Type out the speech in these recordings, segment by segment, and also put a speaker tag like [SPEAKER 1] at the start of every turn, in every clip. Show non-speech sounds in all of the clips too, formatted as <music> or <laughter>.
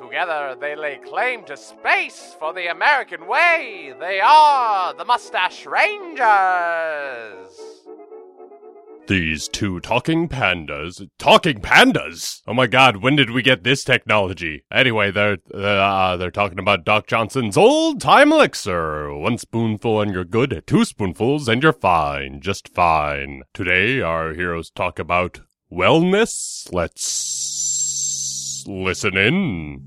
[SPEAKER 1] Together they lay claim to space for the American way. They are the Mustache Rangers.
[SPEAKER 2] These two talking pandas. Talking pandas? Oh my god, when did we get this technology? Anyway, they're uh, they're talking about Doc Johnson's old time elixir. One spoonful and you're good, two spoonfuls and you're fine, just fine. Today our heroes talk about wellness. Let's listen in.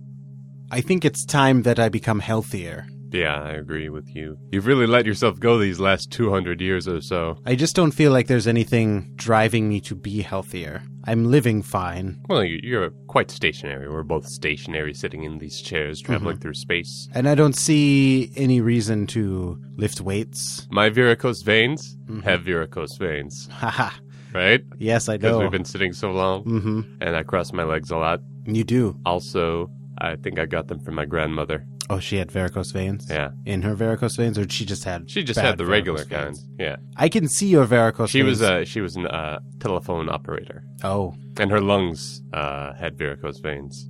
[SPEAKER 3] I think it's time that I become healthier.
[SPEAKER 2] Yeah, I agree with you. You've really let yourself go these last 200 years or so.
[SPEAKER 3] I just don't feel like there's anything driving me to be healthier. I'm living fine.
[SPEAKER 2] Well, you- you're quite stationary. We're both stationary, sitting in these chairs, traveling through space.
[SPEAKER 3] And I don't see any reason to lift weights. <laughs>
[SPEAKER 2] My varicose veins have varicose veins,
[SPEAKER 3] Haha.
[SPEAKER 2] right?
[SPEAKER 3] yes, I
[SPEAKER 2] Because
[SPEAKER 3] know.
[SPEAKER 2] we've been sitting so long,
[SPEAKER 3] mm-hmm.
[SPEAKER 2] and I cross my legs a lot.
[SPEAKER 3] You do.
[SPEAKER 2] Also, I think I got them from my grandmother.
[SPEAKER 3] Oh, she had varicose veins?
[SPEAKER 2] Yeah.
[SPEAKER 3] In her varicose veins, or she just had.
[SPEAKER 2] She just
[SPEAKER 3] bad
[SPEAKER 2] had the regular
[SPEAKER 3] varicose
[SPEAKER 2] kind.
[SPEAKER 3] veins?
[SPEAKER 2] Yeah,
[SPEAKER 3] I can see your varicose
[SPEAKER 2] she
[SPEAKER 3] veins.
[SPEAKER 2] was uh, a she was an uh, telephone operator,
[SPEAKER 3] Oh.
[SPEAKER 2] and her lungs uh, had varicose veins.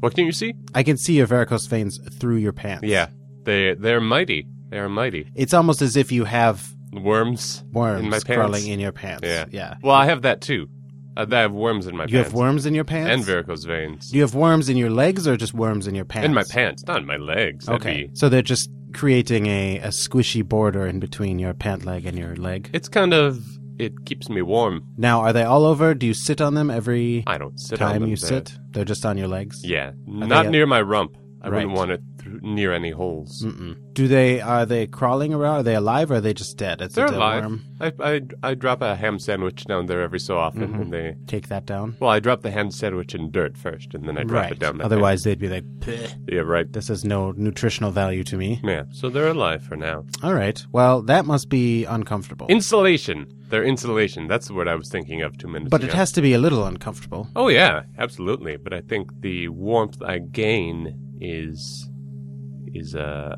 [SPEAKER 2] What can you see?
[SPEAKER 3] I can see your varicose veins through your pants.
[SPEAKER 2] Yeah, they they're mighty. They are mighty
[SPEAKER 3] It's almost as if you have
[SPEAKER 2] worms.
[SPEAKER 3] worms
[SPEAKER 2] In my pants.
[SPEAKER 3] crawling in your pants.
[SPEAKER 2] Yeah.
[SPEAKER 3] Yeah.
[SPEAKER 2] Well, I have that too. I I have worms in my
[SPEAKER 3] You
[SPEAKER 2] pants.
[SPEAKER 3] have worms in your pants?
[SPEAKER 2] and varicose veins
[SPEAKER 3] Do you have worms in your legs or just worms in your pants?
[SPEAKER 2] in my pants, not in my legs. That'd
[SPEAKER 3] Okay.
[SPEAKER 2] be-
[SPEAKER 3] So they're just creating a, a squishy border in between your pant leg and your leg.
[SPEAKER 2] it's kind of it keeps me warm.
[SPEAKER 3] Now, are they all over? Do you sit on them every
[SPEAKER 2] I don't sit on
[SPEAKER 3] time
[SPEAKER 2] them
[SPEAKER 3] you
[SPEAKER 2] there.
[SPEAKER 3] sit? They're just on your legs?
[SPEAKER 2] Yeah,
[SPEAKER 3] they
[SPEAKER 2] not
[SPEAKER 3] at-
[SPEAKER 2] near my rump. I wouldn't
[SPEAKER 3] Right. Mm,
[SPEAKER 2] want it th- near any holes.
[SPEAKER 3] Mm-mm. Do they, are they crawling around? Are they alive or are they just dead? It's
[SPEAKER 2] They're
[SPEAKER 3] a dead
[SPEAKER 2] alive.
[SPEAKER 3] worm.
[SPEAKER 2] I, I I drop a ham sandwich down there every so often,
[SPEAKER 3] Mm-hmm.
[SPEAKER 2] and they.
[SPEAKER 3] Take that down.
[SPEAKER 2] Well, I drop the ham sandwich in dirt first, and then I drop
[SPEAKER 3] right.
[SPEAKER 2] it down there.
[SPEAKER 3] Otherwise, they'd be like, "Bleh,
[SPEAKER 2] yeah, right.
[SPEAKER 3] this has no nutritional value to me.
[SPEAKER 2] Yeah, so they're alive for now.
[SPEAKER 3] All right. Well, that must be uncomfortable.
[SPEAKER 2] Insulation. They're insulation. That's the word I was thinking of two minutes
[SPEAKER 3] but
[SPEAKER 2] ago.
[SPEAKER 3] it has to be a little uncomfortable.
[SPEAKER 2] Oh yeah, absolutely. But I think the warmth I gain is is uh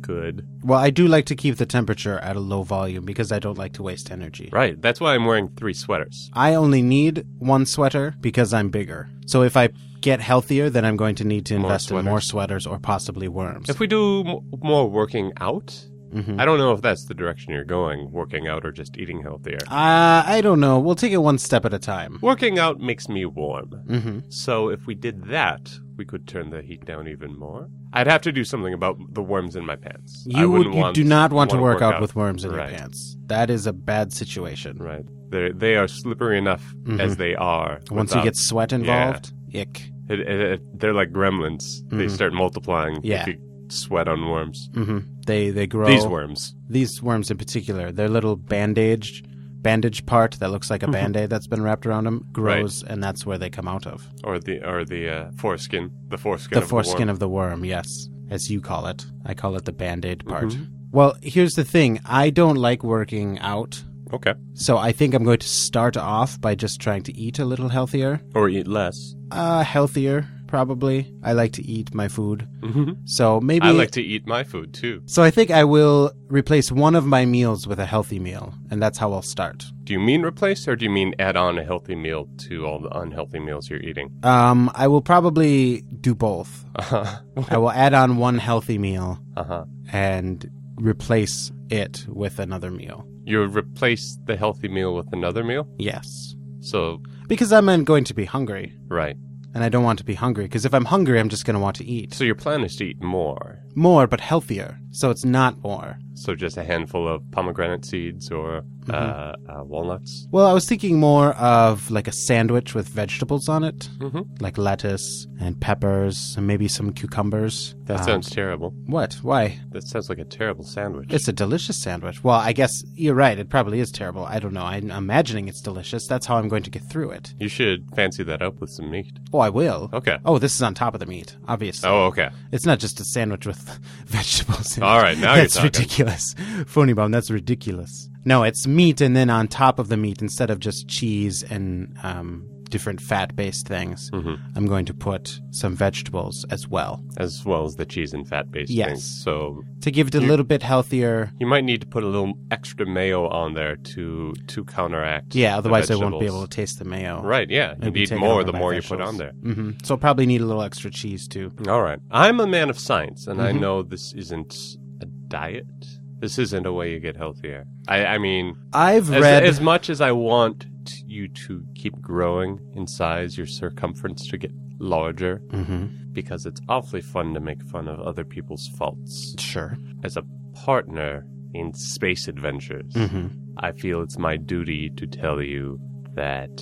[SPEAKER 2] good.
[SPEAKER 3] Well, I do like to keep the temperature at a low volume because I don't like to waste energy.
[SPEAKER 2] Right. That's why I'm wearing three sweaters.
[SPEAKER 3] I only need one sweater because I'm bigger. So if I get healthier, then I'm going to need to
[SPEAKER 2] More
[SPEAKER 3] invest in
[SPEAKER 2] sweaters.
[SPEAKER 3] more sweaters or possibly worms.
[SPEAKER 2] If we do m- more working out,
[SPEAKER 3] Mhm.
[SPEAKER 2] I don't know if that's the direction you're going, working out or just eating healthier.
[SPEAKER 3] Uh, I don't know. We'll take it one step at a time.
[SPEAKER 2] Working out makes me warm.
[SPEAKER 3] hmm
[SPEAKER 2] So if we did that, we could turn the heat down even more. I'd have to do something about the worms in my pants. I
[SPEAKER 3] You would.
[SPEAKER 2] wouldn't
[SPEAKER 3] You
[SPEAKER 2] want-
[SPEAKER 3] do not want to
[SPEAKER 2] wanna
[SPEAKER 3] work out with worms in
[SPEAKER 2] Right.
[SPEAKER 3] your pants. That is a bad situation.
[SPEAKER 2] Right. They they are slippery enough as they are.
[SPEAKER 3] Mm-hmm. Once
[SPEAKER 2] without-
[SPEAKER 3] you get sweat involved, ick.
[SPEAKER 2] It, it, it- they're like gremlins. They start multiplying
[SPEAKER 3] Mm-hmm. Yeah.
[SPEAKER 2] if you sweat on worms.
[SPEAKER 3] hmm They they grow.
[SPEAKER 2] These worms.
[SPEAKER 3] These worms in particular, their little bandage bandage part that looks like
[SPEAKER 2] Mm-hmm.
[SPEAKER 3] a band aid that's been wrapped around them grows, and that's where they come out of.
[SPEAKER 2] Or the or the uh, foreskin. The foreskin
[SPEAKER 3] the
[SPEAKER 2] of
[SPEAKER 3] foreskin
[SPEAKER 2] the worm.
[SPEAKER 3] of the worm, yes, as you call it. I call it the band aid part.
[SPEAKER 2] Mm-hmm.
[SPEAKER 3] Well, here's the thing I don't like working out,
[SPEAKER 2] Okay.
[SPEAKER 3] so I think I'm going to start off by just trying to eat a little healthier.
[SPEAKER 2] Or eat less.
[SPEAKER 3] Uh, healthier, probably. I like to eat my food.
[SPEAKER 2] hmm
[SPEAKER 3] So maybe.
[SPEAKER 2] I like to eat my food too.
[SPEAKER 3] so I think I will replace one of my meals with a healthy meal, and that's how I'll start.
[SPEAKER 2] Do you mean replace or do you mean add on a healthy meal to all the unhealthy meals you're eating? <laughs>
[SPEAKER 3] Um, I will probably do both.
[SPEAKER 2] Uh-huh.
[SPEAKER 3] I will add on one healthy meal
[SPEAKER 2] uh-huh.
[SPEAKER 3] and replace it with another meal.
[SPEAKER 2] You replace the healthy meal with another meal?
[SPEAKER 3] Yes.
[SPEAKER 2] So,
[SPEAKER 3] Because I'm uh, going to be hungry,
[SPEAKER 2] right.
[SPEAKER 3] and I don't want to be hungry. Because if I'm hungry, I'm just going to want to eat
[SPEAKER 2] So your plan is to eat more.
[SPEAKER 3] more, but healthier. So it's not more.
[SPEAKER 2] So just a handful of pomegranate seeds or
[SPEAKER 3] Mm-hmm.
[SPEAKER 2] uh, uh, walnuts.
[SPEAKER 3] Well, I was thinking more of like a sandwich with vegetables on it,
[SPEAKER 2] Mm-hmm.
[SPEAKER 3] like lettuce and peppers, and maybe some cucumbers.
[SPEAKER 2] That
[SPEAKER 3] Um,
[SPEAKER 2] sounds terrible.
[SPEAKER 3] What? Why?
[SPEAKER 2] That sounds like a terrible sandwich.
[SPEAKER 3] It's a delicious sandwich. Well, I guess you're right. It probably is terrible. I don't know. I'm imagining it's delicious. That's how I'm going to get through it.
[SPEAKER 2] you should fancy that up with some meat.
[SPEAKER 3] Oh, I will.
[SPEAKER 2] Okay.
[SPEAKER 3] Oh, this is on top of the meat, obviously.
[SPEAKER 2] Oh, okay.
[SPEAKER 3] It's not just a sandwich with <laughs> vegetables in All
[SPEAKER 2] All right, now you're
[SPEAKER 3] that's
[SPEAKER 2] talking.
[SPEAKER 3] ridiculous. Phony bomb, that's ridiculous. No, it's meat, and then on top of the meat, instead of just cheese and um, different fat based things, I'm going to put some vegetables as well
[SPEAKER 2] Mm-hmm. As well as the cheese and fat based
[SPEAKER 3] Yes.
[SPEAKER 2] things. So
[SPEAKER 3] to give it a little bit healthier.
[SPEAKER 2] you might need to put a little extra mayo on there to to counteract.
[SPEAKER 3] Yeah,
[SPEAKER 2] the
[SPEAKER 3] otherwise I won't be
[SPEAKER 2] vegetables.
[SPEAKER 3] able to taste the mayo.
[SPEAKER 2] Right, yeah. You
[SPEAKER 3] Maybe
[SPEAKER 2] need
[SPEAKER 3] take it
[SPEAKER 2] more
[SPEAKER 3] over
[SPEAKER 2] the
[SPEAKER 3] by
[SPEAKER 2] more you put
[SPEAKER 3] vegetables.
[SPEAKER 2] on there.
[SPEAKER 3] hmm So I'll probably need a little extra cheese too.
[SPEAKER 2] All right. I'm a man of science, and I know this isn't a diet. This isn't a way you get healthier. I, I mean,
[SPEAKER 3] I've
[SPEAKER 2] as,
[SPEAKER 3] read.
[SPEAKER 2] as much as I want t- you to keep growing in size, your circumference to get larger,
[SPEAKER 3] Mhm.
[SPEAKER 2] because it's awfully fun to make fun of other people's faults.
[SPEAKER 3] Sure.
[SPEAKER 2] As a partner in space adventures,
[SPEAKER 3] hmm
[SPEAKER 2] I feel it's my duty to tell you that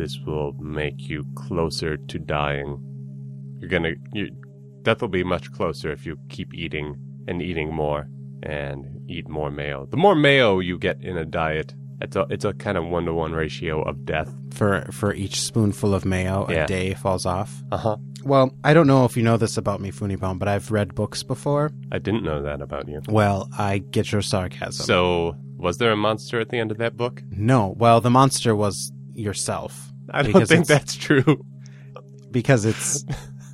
[SPEAKER 2] this will make you closer to dying. You're gonna, you, death will be much closer if you keep eating and eating more and eat more mayo. The more mayo you get in a diet, it's a, it's a kind of one to one ratio of death.
[SPEAKER 3] For for each spoonful of mayo,
[SPEAKER 2] Yeah.
[SPEAKER 3] a day falls off.
[SPEAKER 2] Uh huh.
[SPEAKER 3] Well, I don't know if you know this about me, Funibom, but I've read books before.
[SPEAKER 2] I didn't know that about you.
[SPEAKER 3] Well, I get your sarcasm.
[SPEAKER 2] So, was there a monster at the end of that book?
[SPEAKER 3] no, well, the monster was yourself
[SPEAKER 2] I don't
[SPEAKER 3] Because
[SPEAKER 2] think
[SPEAKER 3] it's-
[SPEAKER 2] that's true.
[SPEAKER 3] <laughs>
[SPEAKER 2] <laughs>
[SPEAKER 3] because it's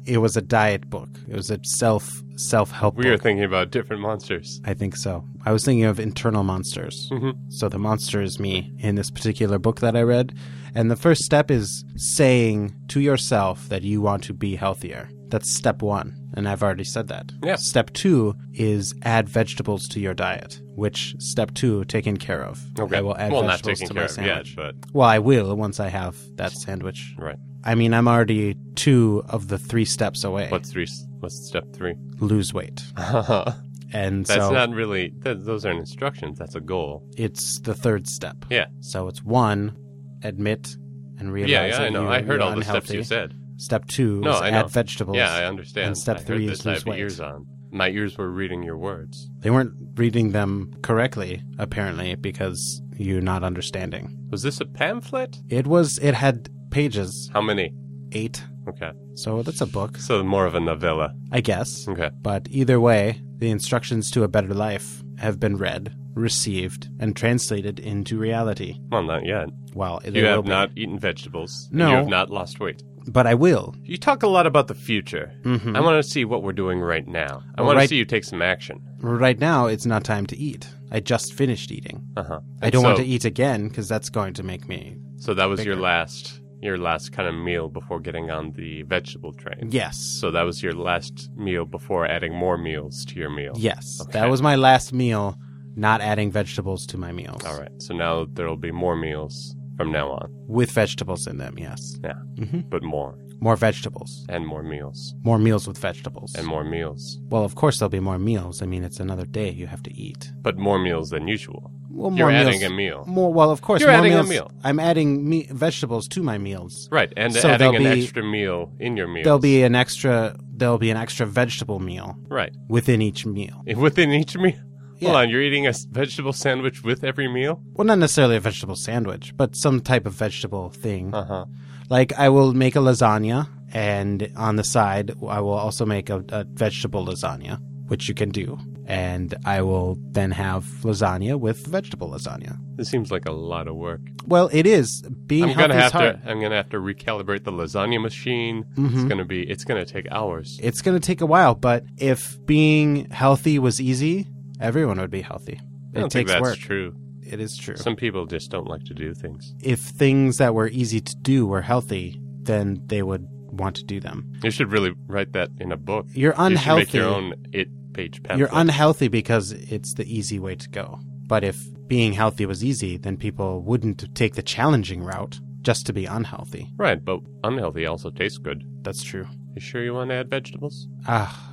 [SPEAKER 3] it was a diet book. It was a self self help
[SPEAKER 2] We
[SPEAKER 3] book.
[SPEAKER 2] are thinking about different monsters.
[SPEAKER 3] I think so. I was thinking of internal monsters.
[SPEAKER 2] Mhm.
[SPEAKER 3] So the monster is me in this particular book that I read. And the first step is saying to yourself that you want to be healthier. That's step one. And I've already said that.
[SPEAKER 2] Yeah.
[SPEAKER 3] Step two is add vegetables to your diet, which step two taken care of. I will add
[SPEAKER 2] well, not
[SPEAKER 3] vegetables
[SPEAKER 2] taking
[SPEAKER 3] to
[SPEAKER 2] care
[SPEAKER 3] my
[SPEAKER 2] of yet,
[SPEAKER 3] sandwich.
[SPEAKER 2] but
[SPEAKER 3] Well, I will once I have that sandwich.
[SPEAKER 2] right.
[SPEAKER 3] I mean, I'm already two of the three steps away.
[SPEAKER 2] What's three? What's step three?
[SPEAKER 3] Lose weight.
[SPEAKER 2] <laughs> That's
[SPEAKER 3] And so
[SPEAKER 2] not really. Th- those aren't instructions. That's a goal.
[SPEAKER 3] it's the third step.
[SPEAKER 2] Yeah.
[SPEAKER 3] So it's one, admit and realize
[SPEAKER 2] yeah, yeah.
[SPEAKER 3] that
[SPEAKER 2] I know.
[SPEAKER 3] You,
[SPEAKER 2] I heard
[SPEAKER 3] you're
[SPEAKER 2] all the
[SPEAKER 3] unhealthy.
[SPEAKER 2] steps you said.
[SPEAKER 3] Step two
[SPEAKER 2] No,
[SPEAKER 3] is
[SPEAKER 2] I know.
[SPEAKER 3] add vegetables.
[SPEAKER 2] Yeah, I understand.
[SPEAKER 3] And step
[SPEAKER 2] I heard
[SPEAKER 3] three
[SPEAKER 2] this.
[SPEAKER 3] is
[SPEAKER 2] I
[SPEAKER 3] lose
[SPEAKER 2] have my
[SPEAKER 3] weight.
[SPEAKER 2] ears on. My ears were reading your words.
[SPEAKER 3] They weren't reading them correctly, apparently, because you're not understanding.
[SPEAKER 2] Was this a pamphlet?
[SPEAKER 3] It was. It had pages
[SPEAKER 2] How many?
[SPEAKER 3] eight,
[SPEAKER 2] Okay,
[SPEAKER 3] so that's a book,
[SPEAKER 2] so more of a novella.
[SPEAKER 3] I guess.
[SPEAKER 2] Okay,
[SPEAKER 3] But either way, the instructions to a better life have been read, received, and translated into reality.
[SPEAKER 2] well, not yet.
[SPEAKER 3] Well, they
[SPEAKER 2] you
[SPEAKER 3] will
[SPEAKER 2] have
[SPEAKER 3] be.
[SPEAKER 2] not eaten vegetables. and
[SPEAKER 3] No.
[SPEAKER 2] you have not lost weight.
[SPEAKER 3] but I will. Mm-hmm.
[SPEAKER 2] You talk a lot about the future. I want to see what we're doing right now. I want
[SPEAKER 3] right-
[SPEAKER 2] to see you take some action.
[SPEAKER 3] Right now, it's not time to eat. I just finished eating.
[SPEAKER 2] Uh huh.
[SPEAKER 3] I don't want to eat again because that's going to make me.
[SPEAKER 2] So that was your last your last kind of meal before getting on the vegetable train.
[SPEAKER 3] Yes.
[SPEAKER 2] So that was your last meal before adding more meals to your meal.
[SPEAKER 3] yes.
[SPEAKER 2] Okay.
[SPEAKER 3] That was my last meal, not adding vegetables to my meals.
[SPEAKER 2] All right. So now there'll be more meals from now on.
[SPEAKER 3] With vegetables in them, yes. Mm-hmm.
[SPEAKER 2] Yeah. But more
[SPEAKER 3] More vegetables.
[SPEAKER 2] and more meals
[SPEAKER 3] More meals with vegetables.
[SPEAKER 2] and more meals.
[SPEAKER 3] well, of course, there'll be more meals. I mean, it's another day you have to eat.
[SPEAKER 2] But more meals than usual.
[SPEAKER 3] Well,
[SPEAKER 2] You're
[SPEAKER 3] more
[SPEAKER 2] adding
[SPEAKER 3] meals,
[SPEAKER 2] a meal.
[SPEAKER 3] More, well, of course,
[SPEAKER 2] You're
[SPEAKER 3] more
[SPEAKER 2] adding a
[SPEAKER 3] meals-
[SPEAKER 2] meal.
[SPEAKER 3] I'm adding me- vegetables to my meals.
[SPEAKER 2] Right. And
[SPEAKER 3] So
[SPEAKER 2] adding an
[SPEAKER 3] there'll be-
[SPEAKER 2] extra meal in your meal.
[SPEAKER 3] There'll be an extra. There'll be an extra vegetable meal
[SPEAKER 2] Right. <laughs>
[SPEAKER 3] within each meal.
[SPEAKER 2] Within each meal. Hold
[SPEAKER 3] Yeah.
[SPEAKER 2] on, you're eating a s- vegetable sandwich with every meal?
[SPEAKER 3] Well, not necessarily a vegetable sandwich, but some type of vegetable thing.
[SPEAKER 2] Uh-huh.
[SPEAKER 3] Like I will make a lasagna, and on the side, I will also make a, a vegetable lasagna, which you can do. And I will then have lasagna with vegetable lasagna.
[SPEAKER 2] This seems like a lot of work.
[SPEAKER 3] Well, it is being
[SPEAKER 2] I'm gonna
[SPEAKER 3] healthy is
[SPEAKER 2] have
[SPEAKER 3] hard. Mm-hmm.
[SPEAKER 2] to. I'm gonna have to recalibrate the lasagna machine. It's gonna be. It's gonna take hours.
[SPEAKER 3] It's going to take a while, but if being healthy was easy, everyone would be healthy.
[SPEAKER 2] I don't
[SPEAKER 3] It
[SPEAKER 2] think
[SPEAKER 3] takes
[SPEAKER 2] that's
[SPEAKER 3] work.
[SPEAKER 2] true.
[SPEAKER 3] It is true.
[SPEAKER 2] Some people just don't like to do things.
[SPEAKER 3] if things that were easy to do were healthy, then they would want to do them.
[SPEAKER 2] You should really write that in a book. You
[SPEAKER 3] You're
[SPEAKER 2] should make
[SPEAKER 3] unhealthy.
[SPEAKER 2] your own it page pamphlet.
[SPEAKER 3] You're unhealthy because it's the easy way to go. But if being healthy was easy, then people wouldn't take the challenging route just to be unhealthy.
[SPEAKER 2] right, but unhealthy also tastes good.
[SPEAKER 3] That's true.
[SPEAKER 2] You sure you want to add vegetables?
[SPEAKER 3] Ah,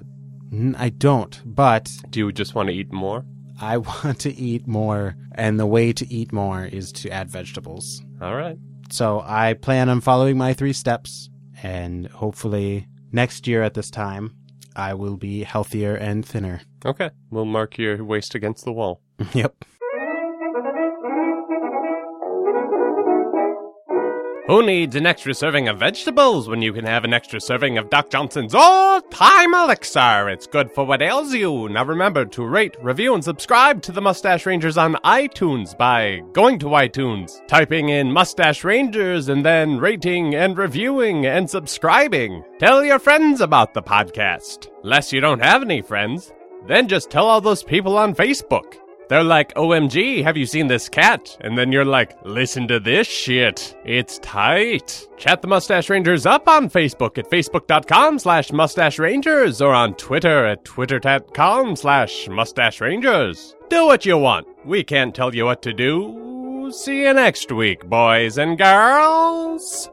[SPEAKER 3] n- I don't, but
[SPEAKER 2] Do you just want to eat more?
[SPEAKER 3] I <laughs> want to eat more, and the way to eat more is to add vegetables.
[SPEAKER 2] All right.
[SPEAKER 3] So I plan on following my three steps, and hopefully next year at this time, I will be healthier and thinner. <laughs>
[SPEAKER 2] Okay. We'll mark your waist against the wall.
[SPEAKER 3] yep.
[SPEAKER 2] Who needs an extra serving of vegetables when you can have an extra serving of Doc Johnson's All Time Elixir? It's good for what ails you. Now remember to rate, review, and subscribe to the Mustache Rangers on iTunes by going to iTunes, typing in Mustache Rangers, and then rating and reviewing and subscribing. Tell your friends about the podcast. Unless you don't have any friends, then just tell all those people on Facebook. They're like, OMG, have you seen this cat? And then you're like, listen to this shit. It's tight. Chat the Mustache Rangers up on Facebook at facebook.com slash mustache rangers or on Twitter at twitter.com slash mustache rangers. Do what you want. We can't tell you what to do. See you next week, boys and girls.